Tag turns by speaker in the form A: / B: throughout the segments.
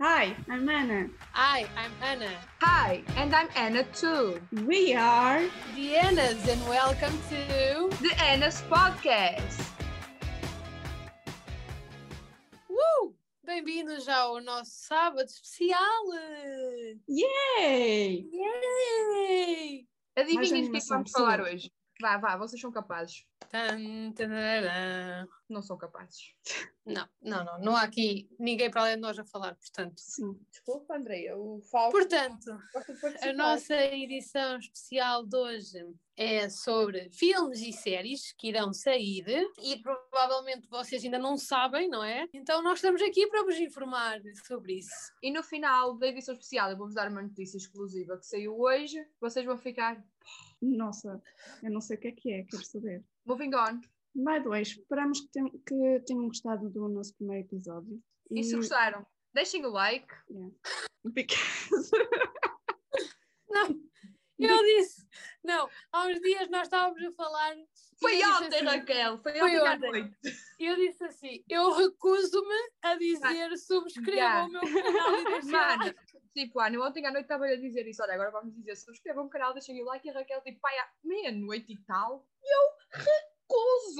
A: Hi, I'm Anna.
B: Hi, I'm Anna.
C: Hi, and I'm Anna too.
A: We are
B: The Annas, and welcome to.
C: The Anna's Podcast.
B: Uh! Bem-vindos ao nosso sábado especial!
A: Yay!
B: Yay!
C: Adivinhem
A: Mais
C: do que é que
A: animação,
C: vamos falar
A: sim.
C: hoje? Vá, vá, vocês são capazes.
B: Tan, tarará.
C: Não são capazes.
B: Não, não, não, não há aqui ninguém para além de nós a falar, portanto.
A: Sim.
C: Desculpa, Andreia, o Falco
B: Portanto,
C: gosta de
B: a
C: participar.
B: nossa edição especial de hoje é sobre filmes e séries que irão sair e provavelmente vocês ainda não sabem, não é? Então nós estamos aqui para vos informar sobre isso.
C: E no final da edição especial eu vou-vos dar uma notícia exclusiva que saiu hoje. Vocês vão ficar
A: Nossa, eu não sei o que é que é, quero saber.
C: moving on.
A: By the way, esperamos que, ten- que tenham gostado do nosso primeiro episódio.
C: E se gostaram, deixem o like.
B: Não, eu disse. Não, há uns dias nós estávamos a falar. e
C: Foi
B: eu disse
C: ontem,
B: assim-
C: Raquel. Foi
B: Foi
C: ontem à
B: ontem.
C: noite.
B: Eu disse assim: eu recuso-me a dizer subscrevam
C: Yeah.
B: o meu canal e deixem o
C: Mano, tipo, Ana, ontem à noite estava a dizer isso. Olha, agora vamos dizer, subscrevam o canal, deixem o like. E a Raquel, tipo, pai, à meia-noite e tal. E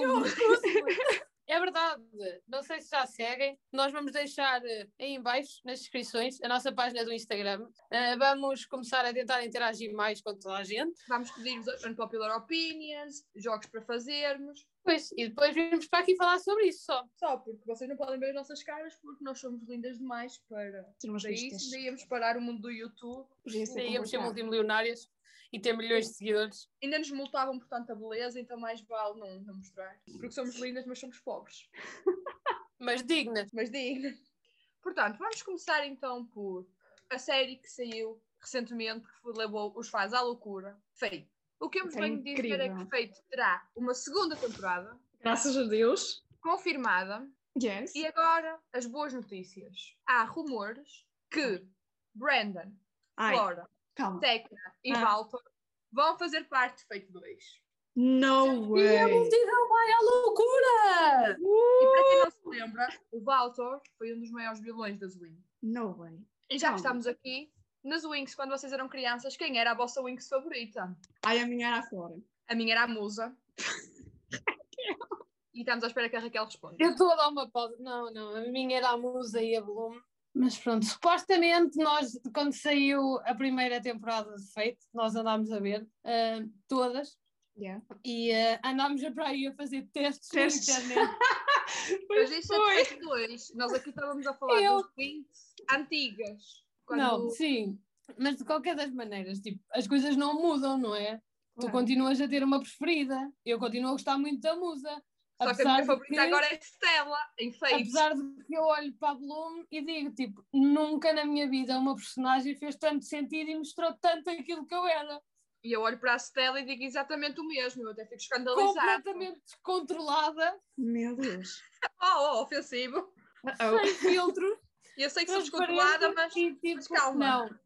C: eu recuso-me.
B: É verdade. Não sei se já seguem. Nós vamos deixar eh, aí em baixo, nas descrições, a nossa página do Instagram. Eh, vamos começar a tentar interagir mais com toda a gente.
C: Vamos pedir-vos unpopular opinions, jogos para fazermos.
B: Pois, e depois vimos para aqui falar sobre isso só.
C: Só porque vocês não podem ver as nossas caras, porque nós somos lindas demais para.
A: Serão
C: Para isso, daí íamos parar o mundo do YouTube.
B: Daí íamos ser multimilionários e ter milhões de seguidores.
C: Ainda nos multavam por tanta beleza, então mais vale não, não mostrar. Porque somos lindas, mas somos pobres.
B: Mas dignas.
C: Mas dignas. Portanto, vamos começar então por a série que saiu recentemente, que foi- levou os fãs à loucura. Feito. O que eu me
A: Isso é
C: venho dizer é
A: incrível.
C: que Feito terá uma segunda temporada
A: Graças a Deus.
C: confirmada
A: Yes.
C: E agora, as boas notícias. Há rumores que Brandon,
A: Ai,
C: Flora,
A: calma.
C: Tecna e
A: Ah.
C: Walter vão fazer parte de Fake 2.
A: No
B: E a
A: way.
B: multidão vai à loucura!
C: E para quem não se lembra, o Walter foi um dos maiores vilões da Zwing.
A: No way.
C: E já
A: Não.
C: que estamos aqui, nas Wings, quando vocês eram crianças, quem era a vossa Wings favorita?
A: Ai, a minha era fora.
C: A minha era a Musa. e estamos à espera que a Raquel responda.
B: Eu estou a dar uma pausa. Não, não, a minha era a Musa e a Bloom. Mas pronto, supostamente nós, quando saiu a primeira temporada de Fate, nós andámos a ver ah, todas
A: Yeah.
B: e ah, andámos a para aí a fazer testes,
A: Testes.
B: na internet.
C: Mas isso é de Fake 2. Nós aqui estávamos a falar
B: Eu-
C: dos Wings antigas. Quando...
B: Não, sim. Mas de qualquer das maneiras, tipo, as coisas não mudam, não é? Tu continuas a ter uma preferida. Eu continuo a gostar muito da Musa.
C: Só que a
B: apesar
C: minha
B: de
C: favorita
B: que-
C: agora é Stella, em Fate.
B: Apesar de que eu olho para a Bloom e digo, tipo, nunca na minha vida uma personagem fez tanto sentido e mostrou tanto aquilo que eu era.
C: E eu olho para a Stella e digo exatamente o mesmo. Eu até fico escandalizada.
B: Completamente descontrolada,
A: Meu Deus.
C: Oh, oh, ofensivo.
A: Uh-oh.
B: sem filtros.
C: E Eu sei que sou
B: transparente
C: descontrolada, mas
B: e, tipo,
C: mas calma.
B: Não,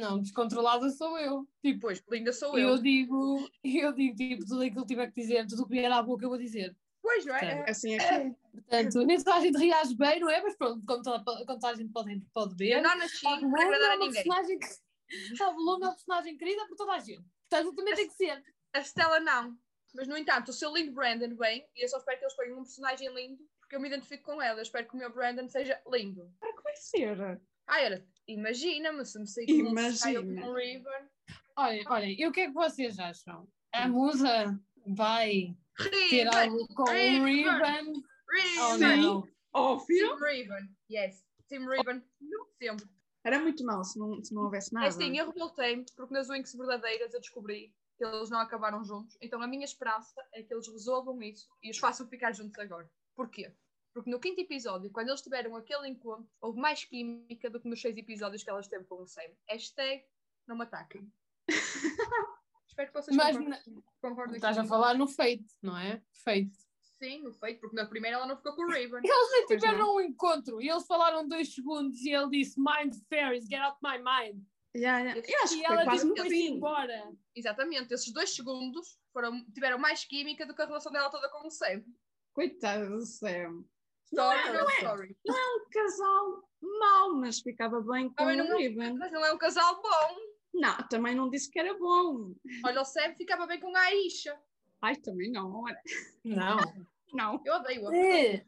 B: não, descontrolada sou eu. Tipo,
C: depois, linda sou
B: eu
C: eu.
B: digo, eu digo, tipo, tudo aquilo que tiver que dizer, tudo o que vier à boca eu vou dizer.
C: Pois, não é?
B: Tá.
A: Assim é que é.
B: Portanto, nem toda a gente reage bem, não é? Mas pronto, como toda, como toda a gente pode, pode ver.
C: Eu não nasci
B: A Bloom
C: para agradar
B: é
C: a
B: uma
C: ninguém.
B: personagem que- a Bloom é uma personagem querida por toda a gente. Portanto, também tem que ser.
C: A Stella não. Mas, no entanto, o seu lindo Brandon vem e eu só espero que eles ponham um personagem lindo porque eu me identifico com ela. Eu espero que o meu Brandon seja lindo.
A: Como é que será?
C: Ah, era. Imagina-me se me sair com um
A: Imagina.
C: Sky ou com um River.
B: Olha, olha, e o que é que vocês acham? A musa Hum. vai ter
C: River!
B: algo com um ribbon ou
C: River!
B: não?
A: Óbvio.
C: Team Raven. Yes. Team Raven. Sempre.
A: Era muito mal se não, se não houvesse nada.
C: É assim, eu revoltei-me porque nas Winx verdadeiras eu descobri que eles não acabaram juntos. Então a minha esperança é que eles resolvam isso e os façam ficar juntos agora. Porquê? Porque no quinto episódio, quando eles tiveram aquele encontro, houve mais química do que nos seis episódios que elas teve com o Sam. Hashtag não me ataquem. Espero que vocês
B: Mas
C: concordem, concordem
B: Estás a
C: comigo.
B: falar no feito, não é? Feito.
C: Sim, no feito, porque na primeira ela não ficou com o Raven.
B: Eles nem
A: Pois
B: tiveram um encontro e eles falaram dois segundos e ele disse Mind Fairies, get out my mind.
A: é. Yeah, yeah. Eu acho
B: E
A: que foi
B: ela
A: quase um
B: disse
A: no
B: depois
A: fim.
B: embora.
C: Exatamente, esses dois segundos foram, tiveram mais química do que a relação dela toda com o Sam.
A: Coitado do Sam.
B: é,
C: Story, love story.
A: Um casal mau, mas ficava bem com
C: Também não-
A: o Ivan.
C: Mas não é um casal bom.
A: Não, também não disse que era bom.
C: Olha, o Seb ficava bem com a Aisha.
A: Ai, também não, olha,
B: Não.
A: não.
C: Eu odeio-a.
B: Eh,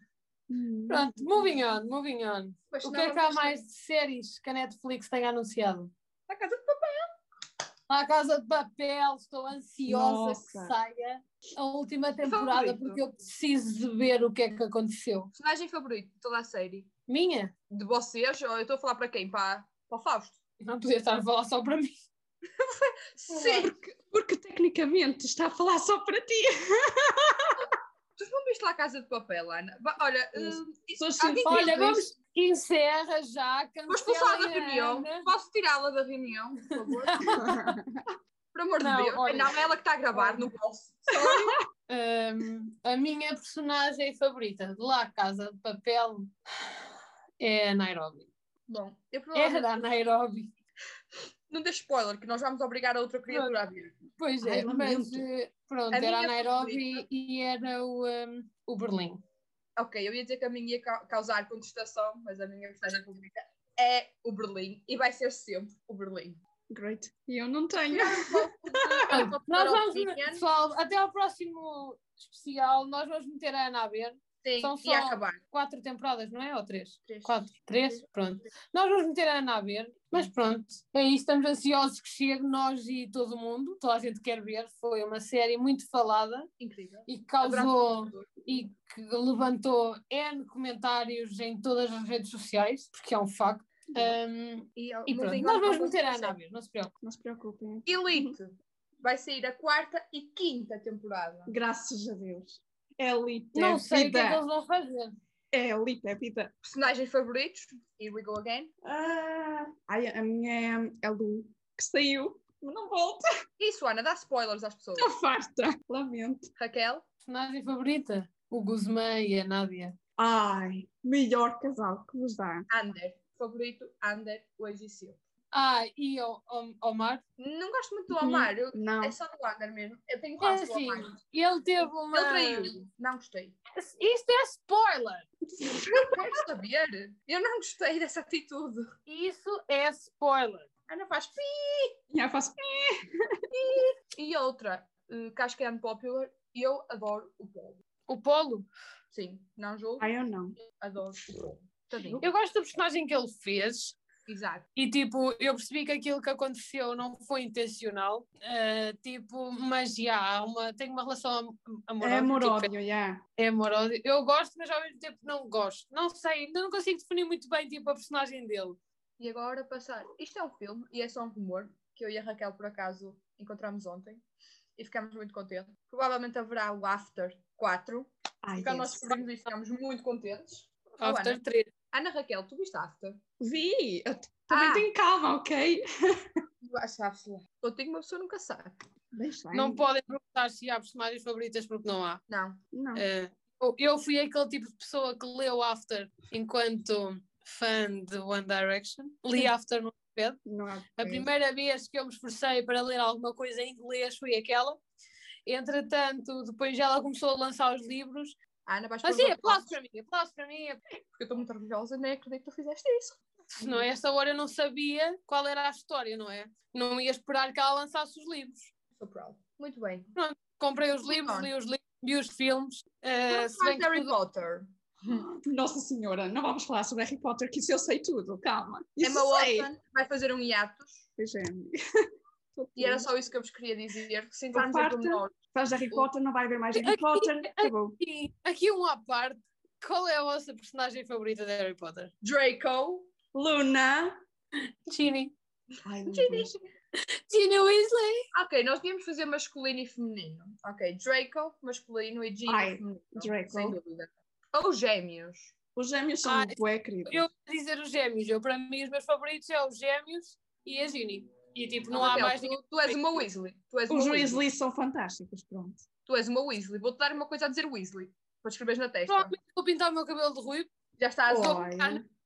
B: Pronto, moving on, moving on.
C: Pois
B: O que
C: não,
B: é que há
C: vamos-
B: mais de séries que a Netflix tem anunciado?
C: A casa de papel.
B: A Casa de Papel, estou ansiosa
A: Nossa.
B: que saia a última temporada
C: Favorito.
B: porque eu preciso de ver o que é que aconteceu.
C: Personagem favorito de toda a série.
B: Minha?
C: De vocês? Ou eu estou a falar para quem? Para, para o Fausto?
B: Não podia estar a falar só para mim.
C: Sim!
A: Porque, porque tecnicamente está a falar só para ti.
C: Tu não viste lá a Casa de Papel, Ana? Ba- Olha,
A: Mas-
C: hum, isso-
A: Sou sim-
C: alguém que
B: Olha,
A: Diz
B: é? vamos encerra já, cancela
C: vou expulsar da
B: a
C: reunião.
B: Ana.
C: Posso tirá-la da reunião, por favor? Por amor
B: Não,
C: de Deus.
B: olha.
C: Não, é ela que está a gravar,
B: Olha.
C: não posso. Só-
B: Ahm, a minha personagem favorita de lá Casa de Papel é a Nairobi.
C: Bom, eu
B: Era
C: provavelmente
B: a Nairobi.
C: não dê spoiler, que nós vamos obrigar a outra criatura a vir.
B: Pois é,
A: Ai,
B: mas
A: lamento.
B: eh, pronto,
C: A
B: era a
C: minha
B: Nairobi
C: favorita-
B: e era o, ahm, o Berlim.
C: Ok, eu ia dizer que a minha ia ca- causar contestação, mas a minha personagem favorita é o Berlim e vai ser sempre o Berlim.
A: Great. E eu não tenho.
B: Pronto, nós vamos,
C: Opinion.
B: pessoal, até ao próximo especial, nós vamos meter a Ana a ver.
C: Sim,
B: São
C: e
B: só-
C: acabar.
B: Quatro temporadas, não é? Ou três?
C: Três.
B: Quatro? Três? Pronto. Nós vamos meter a Ana a ver, mas pronto, é isso. Estamos ansiosos que chegue, nós e todo mundo, toda a gente quer ver. Foi uma série muito falada
C: Incrível.
B: e que
C: Abraço
B: causou.
C: a todos.
B: e que levantou N comentários em todas as redes sociais, porque é um facto. Um,
C: E,
B: e
C: mudem
B: pronto, nós
C: agora para
B: vamos
C: outra
B: meter a
C: série.
B: Ana a ver, não se preocupe.
A: Não se preocupem.
C: Elite vai sair a quarta e quinta temporada.
A: Graças a Deus. É elite.
B: Não
A: é
B: sei o que
A: vida.
B: é que eles vão fazer.
A: É elite, é vida.
C: Personagens favoritos? Here we go again.
A: Ah, ai, a minha é a Lu, que saiu, mas não volta.
C: Isso, Ana, dá spoilers às pessoas.
A: Estou farta. Lamento.
C: Raquel,
B: Personagem favorita? O Guzmã e a Nádia.
A: Ai, melhor casal que vos dá.
C: Ander. Favorito, Ander, hoje e seu.
B: Ah, e o, o Omar.
C: Não gosto muito do
A: Uhum.
C: Omar, eu-
A: Não.
C: é só do Ander mesmo. Eu tenho
B: É
C: quase do
B: assim,
C: Omar.
B: ele teve uma.
C: Ele traiu, não gostei.
B: Isto é spoiler!
C: Não quero saber. Eu não gostei dessa atitude.
B: Isso é spoiler!
C: Ana faz pi.
A: Já faço
C: E outra, eh, que acho que é unpopular, eu adoro o Paulo.
B: O Polo.
C: Sim, não julgo,
A: Ai, eu não.
C: adoro o Paulo. Tadinho.
B: Eu gosto da personagem que ele fez.
C: Exato.
B: E tipo, eu percebi que aquilo que aconteceu não foi intencional, ah, tipo, mas já há uma, tenho uma relação am- amorosa.
A: É amor-ódio,
B: tipo,
A: já.
B: é amorosa. Eu gosto, mas ao mesmo tempo não gosto. Não sei, ainda não consigo definir muito bem tipo, a personagem dele.
C: E agora passar. Isto é um filme e é só um rumor que eu e a Raquel, por acaso, encontramos ontem e ficamos muito contentes. Provavelmente haverá o After 4,
A: Ai,
C: porque nós
A: yes.
C: descobrimos e ficamos muito contentes. Oh,
B: After
C: Ana,
B: 3.
C: Ana Raquel, tu viste After?
A: Vi, eu t- também
C: Ah.
A: tenho calma, ok?
C: Eu acho After. Eu tenho uma pessoa nunca sabe.
A: Deixa
B: Não podem perguntar se há personagens favoritas porque não há.
C: Não.
A: Não.
B: Ah, eu- eu fui aquele tipo de pessoa que leu After enquanto fã de One Direction. Li After no pé.
A: não é há
B: A
A: de-
B: primeira vez que eu me esforcei para ler alguma coisa em inglês foi aquela. Entretanto, depois ela começou a lançar os livros.
C: A Ana, vais
B: Assim,
C: pôr os
B: aplausos
C: aplausos,
B: para mim, aplausos para mim.
C: porque eu estou muito orgulhosa, nem acredito que tu fizeste isso.
B: Não, é? essa hora eu não sabia qual era a história, não é? Não ia esperar que ela lançasse os livros.
C: Sou proud. Muito bem.
B: Comprei os livros,
C: Bom.
B: li os livros, vi os filmes. eh,
C: Vamos
B: se
C: falar
B: bem
C: de
B: que
C: Harry
B: tudo-
C: Potter.
A: Nossa Senhora, não vamos falar sobre Harry Potter, que isso eu sei tudo, calma. Isso
C: Emma
A: sei.
C: Watson vai fazer um hiatus.
A: Pois é, amiga. Tô
C: E era
A: triste.
C: só isso que eu vos queria dizer. Que sentarmos em
A: Farta.
C: pormenor.
A: Faz Harry Potter, não vai haver mais Harry
B: Aqui-
A: Potter. Acabou.
B: E aqui um à parte. Qual é a vossa personagem favorita de Harry Potter?
C: Draco.
A: Luna.
B: Ginny.
A: Ai,
B: Ginny Weasley.
C: Ok, nós devíamos fazer masculino e feminino. Ok, Draco, masculino e Ginny
A: Ai,
C: feminino.
A: Draco.
C: Sem dúvida. Ou gêmeos.
A: Os gêmeos são
B: Ai,
A: muito bué, querido.
B: Eu vou dizer os gêmeos. Eu, para mim, os meus favoritos são os gêmeos e a Ginny. E tipo, não há
C: Raquel,
B: mais
C: tu-
B: ninguém.
C: tu, és uma Weasley. Tu és uma
A: Os
C: Weasley.
A: Weasley são fantásticos, pronto.
C: Tu és uma Weasley. Vou-te dar uma coisa a dizer Weasley. Para escreveres na testa.
B: Provavelmente vou pintar o meu cabelo de ruivo.
C: Já está azul.
B: Olá.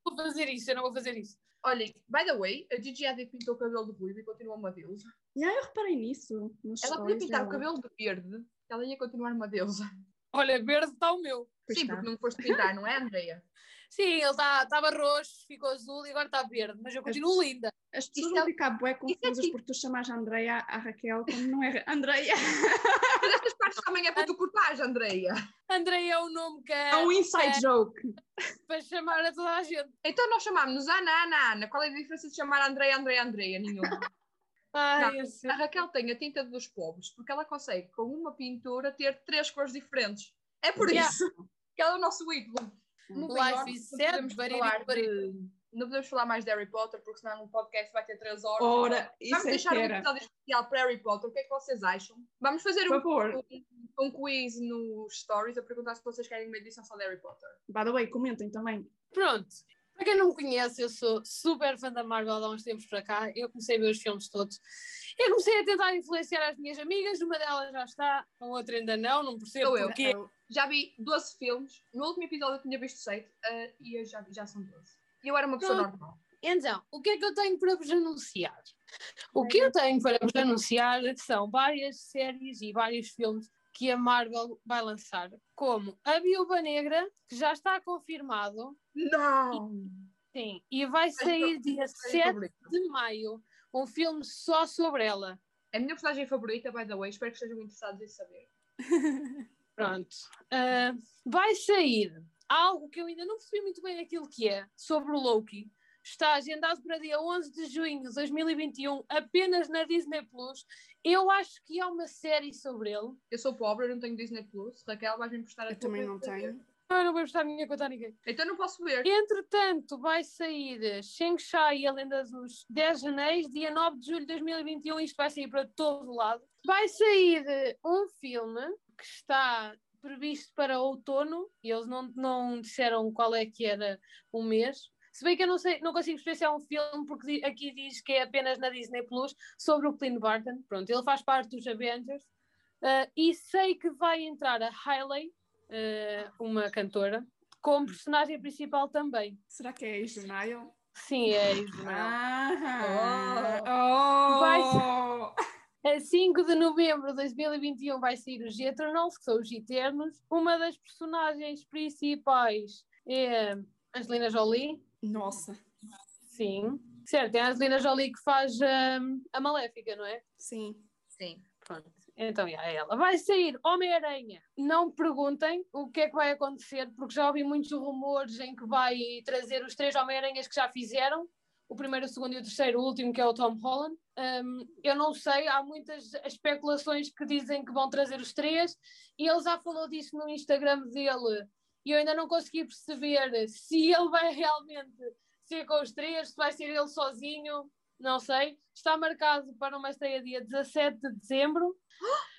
B: Vou fazer isso, eu não vou fazer isso.
C: Olhem, by the way, a Gigi Hadid pintou o cabelo de ruivo e continua uma deusa.
A: Já eu reparei nisso. nos
C: Ela
A: stories
C: podia pintar o
A: dela.
C: cabelo de verde, ela ia continuar uma deusa.
B: Olha, verde está o meu.
A: Pois tá.
C: Sim,
A: está.
C: porque não foste pintar, não é, Andreia?
B: Sim, ele estava roxo, ficou azul e agora está verde, mas eu continuo linda.
A: As pessoas
C: Isto
A: vão
C: é-
A: ficar bué
C: é
A: confusas
C: aqui.
A: por tu chamares a Andreia à Raquel quando não é Andreia.
C: Mas estas partes também é para tu cortares, Andreia.
B: Andrei é o nome que é
A: É um inside joke.
B: para chamar a toda a gente.
C: Então nós chamámos-nos Ana, Ana, Ana. Qual é a diferença de chamar Andreia, Andreia, Andreia? Nenhuma.
B: Ai,
C: Não,
B: eu sei.
C: A Raquel tem a tinta dos pobres porque ela consegue, com uma pintura, ter três cores diferentes. É por
B: Yeah.
C: isso que ela é o nosso ídolo. Moving on,
B: Life is
C: não
B: sad,
C: podemos
B: but
C: falar
B: it
C: de-
B: is
C: Não podemos falar mais de Harry Potter porque senão o podcast vai ter três horas.
A: Ora,
C: Vamos
A: isso é
C: deixar um
A: fera.
C: episódio especial para Harry Potter. O que é que vocês acham? Vamos fazer
A: Por
C: um,
A: favor,
C: um quiz nos stories a perguntar se vocês querem uma edição só de Harry Potter.
A: by the way, comentem também.
B: Pronto. Para quem não me conhece, eu sou super fã da Marvel há uns tempos para cá. Eu comecei a ver os filmes todos. Eu comecei a tentar influenciar as minhas amigas. Uma delas já está, a outra ainda não. Não percebo
C: Sou eu.
A: é
B: porquê.
C: Já vi 12 filmes. No último episódio eu tinha visto 7 e eu já, já são 12. E eu era uma pessoa
B: Não.
C: normal.
B: Então, o que é que eu tenho para vos anunciar? O que eu tenho para vos anunciar são várias séries e vários filmes que a Marvel vai lançar, como A Viúva Negra, que já está confirmado,
C: Não!
B: sim, e vai sair dia 7 de maio, um filme só sobre ela.
C: É a minha personagem favorita, by the way. Espero que estejam interessados em saber.
B: Pronto. Ah, vai sair algo que eu ainda não percebi muito bem aquilo que é, sobre o Loki. Está agendado para dia 11 de junho de 2021, apenas na Disney Plus. Eu acho que há uma série sobre ele.
C: Eu sou pobre, eu não tenho Disney Plus. Raquel, vais me emprestar a
A: Eu
C: tua
A: também
C: para
A: não
C: ver.
A: tenho.
B: Eu não vou prestar a minha conta a ninguém.
C: Então não posso ver.
B: Entretanto, vai sair Shang-Chi e a Lenda dos 10 Anéis, dia 9 de julho de 2021. Isto vai sair para todo o lado. Vai sair eh, um filme que está previsto para outono e eles não, não disseram qual é que era o mês. Se bem que eu não, sei, não consigo perceber se é um filme, porque di- aqui diz que é apenas na Disney Plus, sobre o Clint Barton. Pronto, ele faz parte dos Avengers. Ah, e sei que vai entrar a Hailey, ah, uma cantora, como personagem principal também.
A: Será que é isso, Niall?
B: Sim, é isso.
A: Ah, oh.
B: A 5 de novembro de 2021 vai sair os Eternals, que são os Eternos. Uma das personagens principais é Angelina Jolie.
A: Nossa,
B: Sim. Certo, é a Angelina Jolie que faz hum, a Maléfica, não é?
A: sim.
C: Sim.
B: Pronto. Então, já é ela. Vai sair Homem-Aranha. Não me perguntem o que é que vai acontecer, porque já ouvi muitos rumores em que vai trazer os três Homem-Aranhas que já fizeram. O primeiro, o segundo e o terceiro, o último, que é o Tom Holland. Hum, eu não sei, há muitas especulações que dizem que vão trazer os três, e ele já falou disso no Instagram dele, e eu ainda não consegui perceber se ele vai realmente ser com os três, se vai ser ele sozinho, não sei. Está marcado para uma estreia dia 17 de dezembro,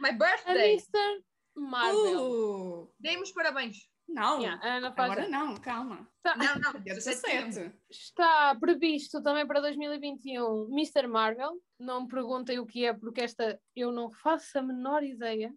C: My
B: a
C: birthday!
B: Mr. Marvel.
A: Uh,
C: Dei-me os parabéns.
A: não,
B: Yeah, a Ana faz-
A: agora não, calma. É
B: está,
C: Não, não.
A: Dia
C: 17.
A: 17.
B: está previsto também para 2021 Mr. um Marvel. Não me perguntem o que é, porque esta eu não faço a menor ideia.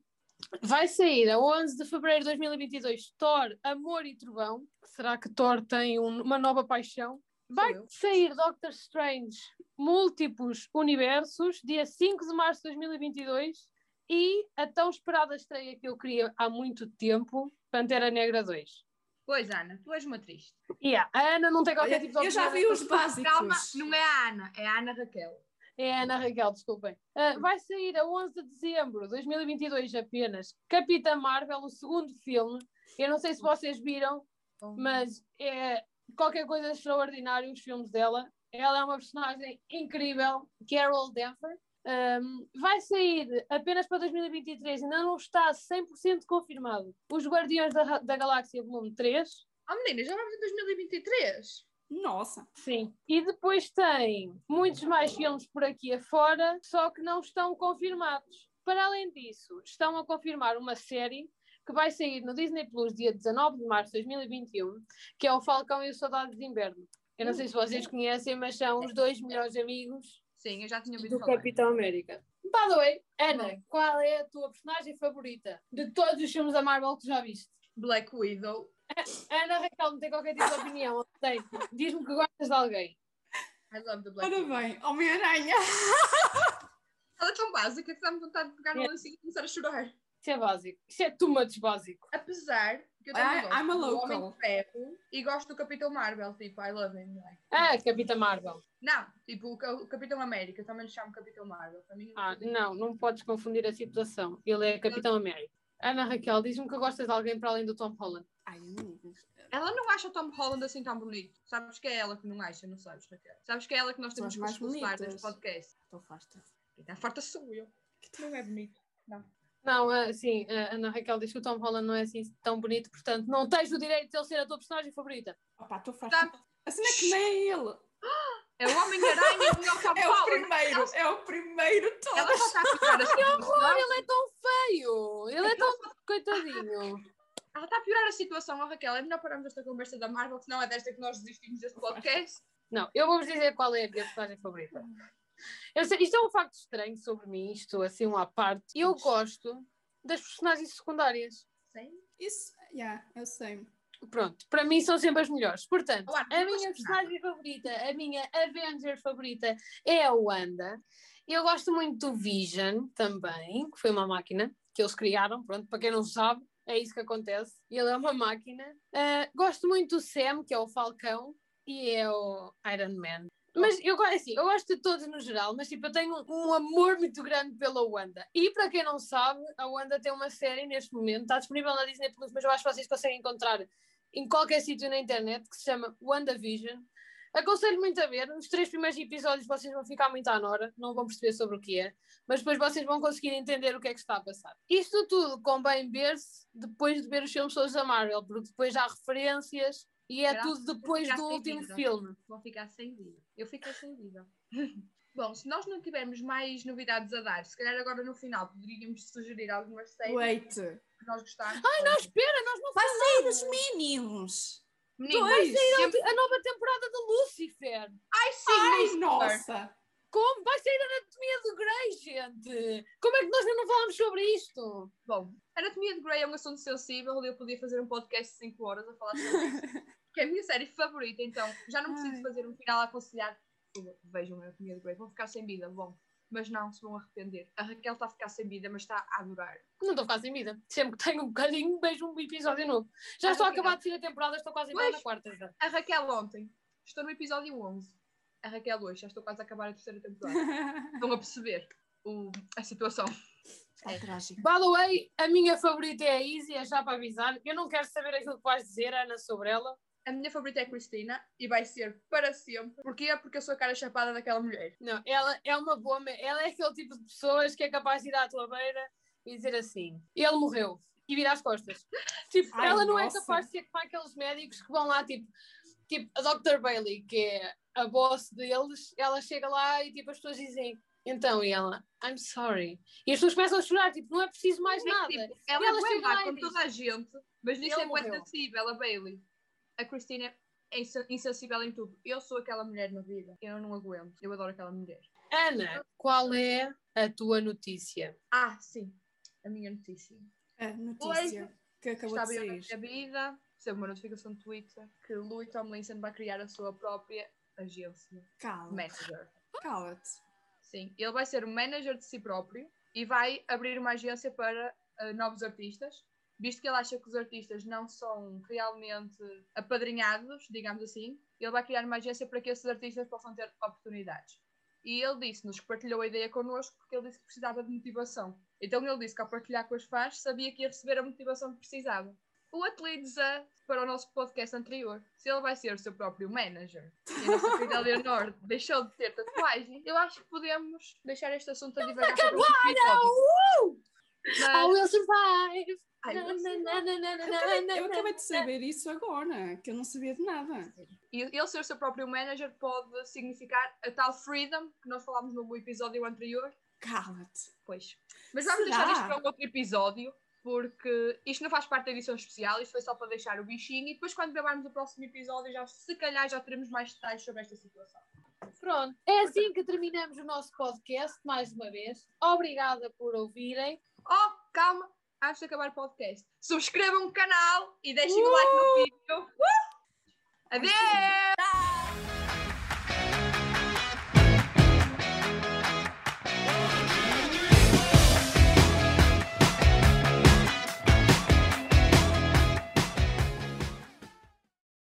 B: Vai sair a 11 de fevereiro de 2022 Thor, Amor e Trovão. Será que Thor tem um- uma nova paixão? Vai
C: eu.
B: sair Doctor Strange Múltiplos Universos, dia 5 de março de 2022. E a tão esperada estreia que eu queria há muito tempo, Pantera Negra 2.
C: Pois, Ana, tu és uma triste.
B: Yeah. A Ana não tem qualquer tipo de
A: Eu já
B: opinião.
A: vi os básicos.
C: Calma, não é a Ana, é a Ana Raquel.
B: É a Ana Raquel, desculpem. Ah, vai sair a 11 de dezembro de 2022 apenas Capitã Marvel, o segundo filme. Eu não sei se vocês viram,
C: Então,
B: mas é qualquer coisa extraordinária os filmes dela. Ela é uma personagem incrível, Carol Danvers. Ahm, vai sair apenas para 2023, ainda não está 100% confirmado. Os Guardiões da, Ra- da Galáxia Volume 3,
C: Ah, menina, já vamos em 2023?
A: Nossa,
B: Sim. E depois tem muitos mais filmes por aqui afora, só que não estão confirmados. Para além disso, estão a confirmar uma série que vai sair no Disney Plus dia 19 de março de 2021, que é o Falcão e o Soldado de Inverno. Eu não sei se vocês conhecem, mas são os dois melhores amigos
C: Sim, eu já tinha ouvido
B: do
C: falar.
B: Capitão América. By the way, Ana, qual é a tua personagem favorita de todos os filmes da Marvel que já viste?
C: Black Widow.
B: Ana Raquel, não tem qualquer tipo de opinião, não tem. Diz-me que gostas de alguém.
C: I love the Black
A: ora
C: Widow.
A: bem, Homem-Aranha.
C: Ela é tão básica É. que dá-me vontade de pegar no lancinho e começar a chorar.
B: Isso é básico. Isso é too much básico.
C: Apesar Porque eu também
D: I-
C: gosto
D: I'm a
C: do
D: local.
C: Homem de Ferro e gosto do Capitão Marvel, tipo, I love him. like.
B: Ah, Capitã Marvel.
C: Não, tipo, o Ca- o Capitão América, eu também lhe chamo Capitão Marvel. Para mim,
B: Ah, não, não podes confundir a situação. Ele é Capitão América. Ana Raquel, diz-me que gostas de alguém para além do Tom Holland.
D: Ai, amigas.
C: Ela não acha o Tom Holland assim tão bonito. Sabes que é ela que não acha, não sabes, Raquel? Sabes que é ela que nós
D: São
C: temos
D: as
C: que
D: mais
C: expulsar
D: bonitas.
C: deste podcast.
D: Estou farta.
C: Então, farta sou eu. Não é bonito.
B: Não, ah, sim, a Ana Raquel diz que o Tom Holland não é assim tão bonito, portanto, não tens o direito de ele ser a tua personagem favorita.
D: Opa, estou farta. Assim é que nem é ele.
C: É o Homem-Aranha do meu Tom
D: É o
C: Holland.
D: primeiro. É o primeiro todo.
C: Ela só está a assim. piorar a situação.
B: Ele é tão feio! Ele é tão coitadinho.
C: Ela está a piorar a situação, ó, Raquel. É melhor pararmos esta conversa da Marvel, que senão é desta que nós desistimos deste podcast.
B: Não, eu vou-vos dizer qual é a minha personagem favorita. Eu sei- isto é um facto estranho sobre mim, isto assim um à parte. Eu gosto das personagens secundárias.
C: Sim.
D: Isso, yeah, eu sei.
B: Pronto, para mim são sempre as melhores. Portanto,
C: Claro,
B: a
C: não gosto
B: minha
C: de nada.
B: personagem favorita, a minha Avenger favorita é a Wanda. Eu gosto muito do Vision também, que foi uma máquina que eles criaram, pronto, para quem não sabe, é isso que acontece. Ele é uma máquina. Ah, gosto muito do Sam, que é o Falcão, e é o Iron Man. Mas eu, go- assim, eu gosto de todos no geral, mas tipo, eu tenho um, um amor muito grande pela Wanda. E para quem não sabe, a Wanda tem uma série neste momento, está disponível na Disney Plus, mas eu acho que vocês conseguem encontrar em qualquer sítio na internet que se chama WandaVision. Aconselho muito a ver. Os três primeiros episódios vocês vão ficar muito à nora, não vão perceber sobre o que é, mas depois vocês vão conseguir entender o que é que está a passar. Isto tudo convém ver-se depois de ver os filmes todos da Marvel, porque depois há referências e é
C: Graças
B: tudo depois
C: graças
B: do
C: a
B: último
C: Deus.
B: filme.
C: Vão ficar sem vida. Eu fiquei sem vida. Bom, se nós não tivermos mais novidades a dar, se calhar agora no final poderíamos sugerir algumas séries
D: Wait.
C: que nós gostarmos. Ai, nós
B: Espera, nós não
D: Vai sair os mínimos.
C: Meninas,
B: temos a nova temporada de Lucifer.
C: ai sim,
D: Ai,
C: Lucifer.
D: nossa.
B: Como? Vai sair a Anatomia do Grey, gente! Como é que nós ainda não falámos sobre isto?
C: Bom, Anatomia de Grey é um assunto sensível e eu podia fazer um podcast de 5 horas a falar sobre isso. que é a minha série favorita, então já não preciso
D: Ai.
C: fazer um final a aconselhar. Vejam Anatomia de Grey, vão ficar sem vida, bom. Mas não, se vão arrepender. A Raquel está a ficar sem vida, mas está a adorar.
B: Não estou quase em vida. Sempre que tenho um bocadinho, vejo um episódio novo. Já estou a acabar de sair a temporada, estou quase a entrar
C: Pois.
B: na quarta já.
C: A Raquel ontem. Estou no episódio 11. A Raquel hoje. Já estou quase a acabar a terceira temporada. Estão a perceber o- a situação.
D: Está Tá trágico.
B: By the way, a minha favorita é a Izzy, é já para avisar. Eu não quero saber aquilo que vais dizer, Ana, sobre ela.
C: A minha favorita é a Cristina e vai ser para sempre. Porquê? Porque eu sou a cara chapada daquela mulher.
B: Não, ela é uma boa... me- Ela é aquele tipo de pessoas que é capaz de ir à tua beira e dizer assim, ele morreu, e virar as costas. Tipo,
D: Ai,
B: ela não
D: nossa.
B: é capaz de ser como aqueles médicos que vão lá, tipo, tipo, a Dr. Bailey, que é a boss deles, ela chega lá e tipo, as pessoas dizem, então, e ela, I'm sorry. E as pessoas começam a chorar, tipo, não é preciso mais nada.
C: É que, tipo, ela
B: E ela
C: é bué
B: chega lá
C: má
B: e
C: com
B: diz,
C: toda a gente, mas nisso
B: "Ele
C: é bué
B: morreu."
C: sensível, a Bailey. A Cristina é insen- insensível em tudo. Eu sou aquela mulher na vida. Eu não aguento. Eu adoro aquela mulher.
B: Ana, qual é a tua notícia?
C: Ah, sim. A minha notícia.
D: A É, notícia que acabou
C: Estava
D: de
C: eu na minha
D: sair.
C: é vida, recebo uma notificação de Twitter que Louis Tomlinson vai criar a sua própria agência,
D: Cala,
C: manager.
D: cala-te.
C: Sim, ele vai ser o manager de si próprio e vai abrir uma agência para ah, novos artistas, visto que ele acha que os artistas não são realmente apadrinhados, digamos assim, ele vai criar uma agência para que esses artistas possam ter oportunidades. E ele disse-nos que partilhou a ideia connosco porque ele disse que precisava de motivação. Então ele disse que ao partilhar com os fãs sabia que ia receber a motivação que precisava. O atleta para o nosso podcast anterior, se ele vai ser o seu próprio manager. E a nossa querida Leonor deixou de ter tatuagem. Eu acho que podemos deixar este assunto a divagar. sobre outro episódio.
B: I
C: Mas-
B: will survive!
C: Ai,
B: Na,
C: não sei.
B: na, na, na, na,
D: Ah. Eu acabei,
B: na,
D: eu
B: na.
D: acabei de saber isso agora, que eu não sabia de nada.
C: E ele ser o seu próprio manager pode significar a tal freedom que nós falámos no episódio anterior.
D: Cala-te.
C: Pois. Mas vamos
D: Será?
C: deixar isto para um outro episódio, porque isto não faz parte da edição especial, isto foi só para deixar o bichinho e depois quando gravarmos o próximo episódio, já, se calhar já teremos mais detalhes sobre esta situação.
B: Pronto, é assim que terminamos o nosso podcast, mais uma vez. Obrigada por ouvirem.
C: Oh, calma, antes de acabar o podcast, subscrevam o canal e deixem o like no vídeo. Uh! Adeus!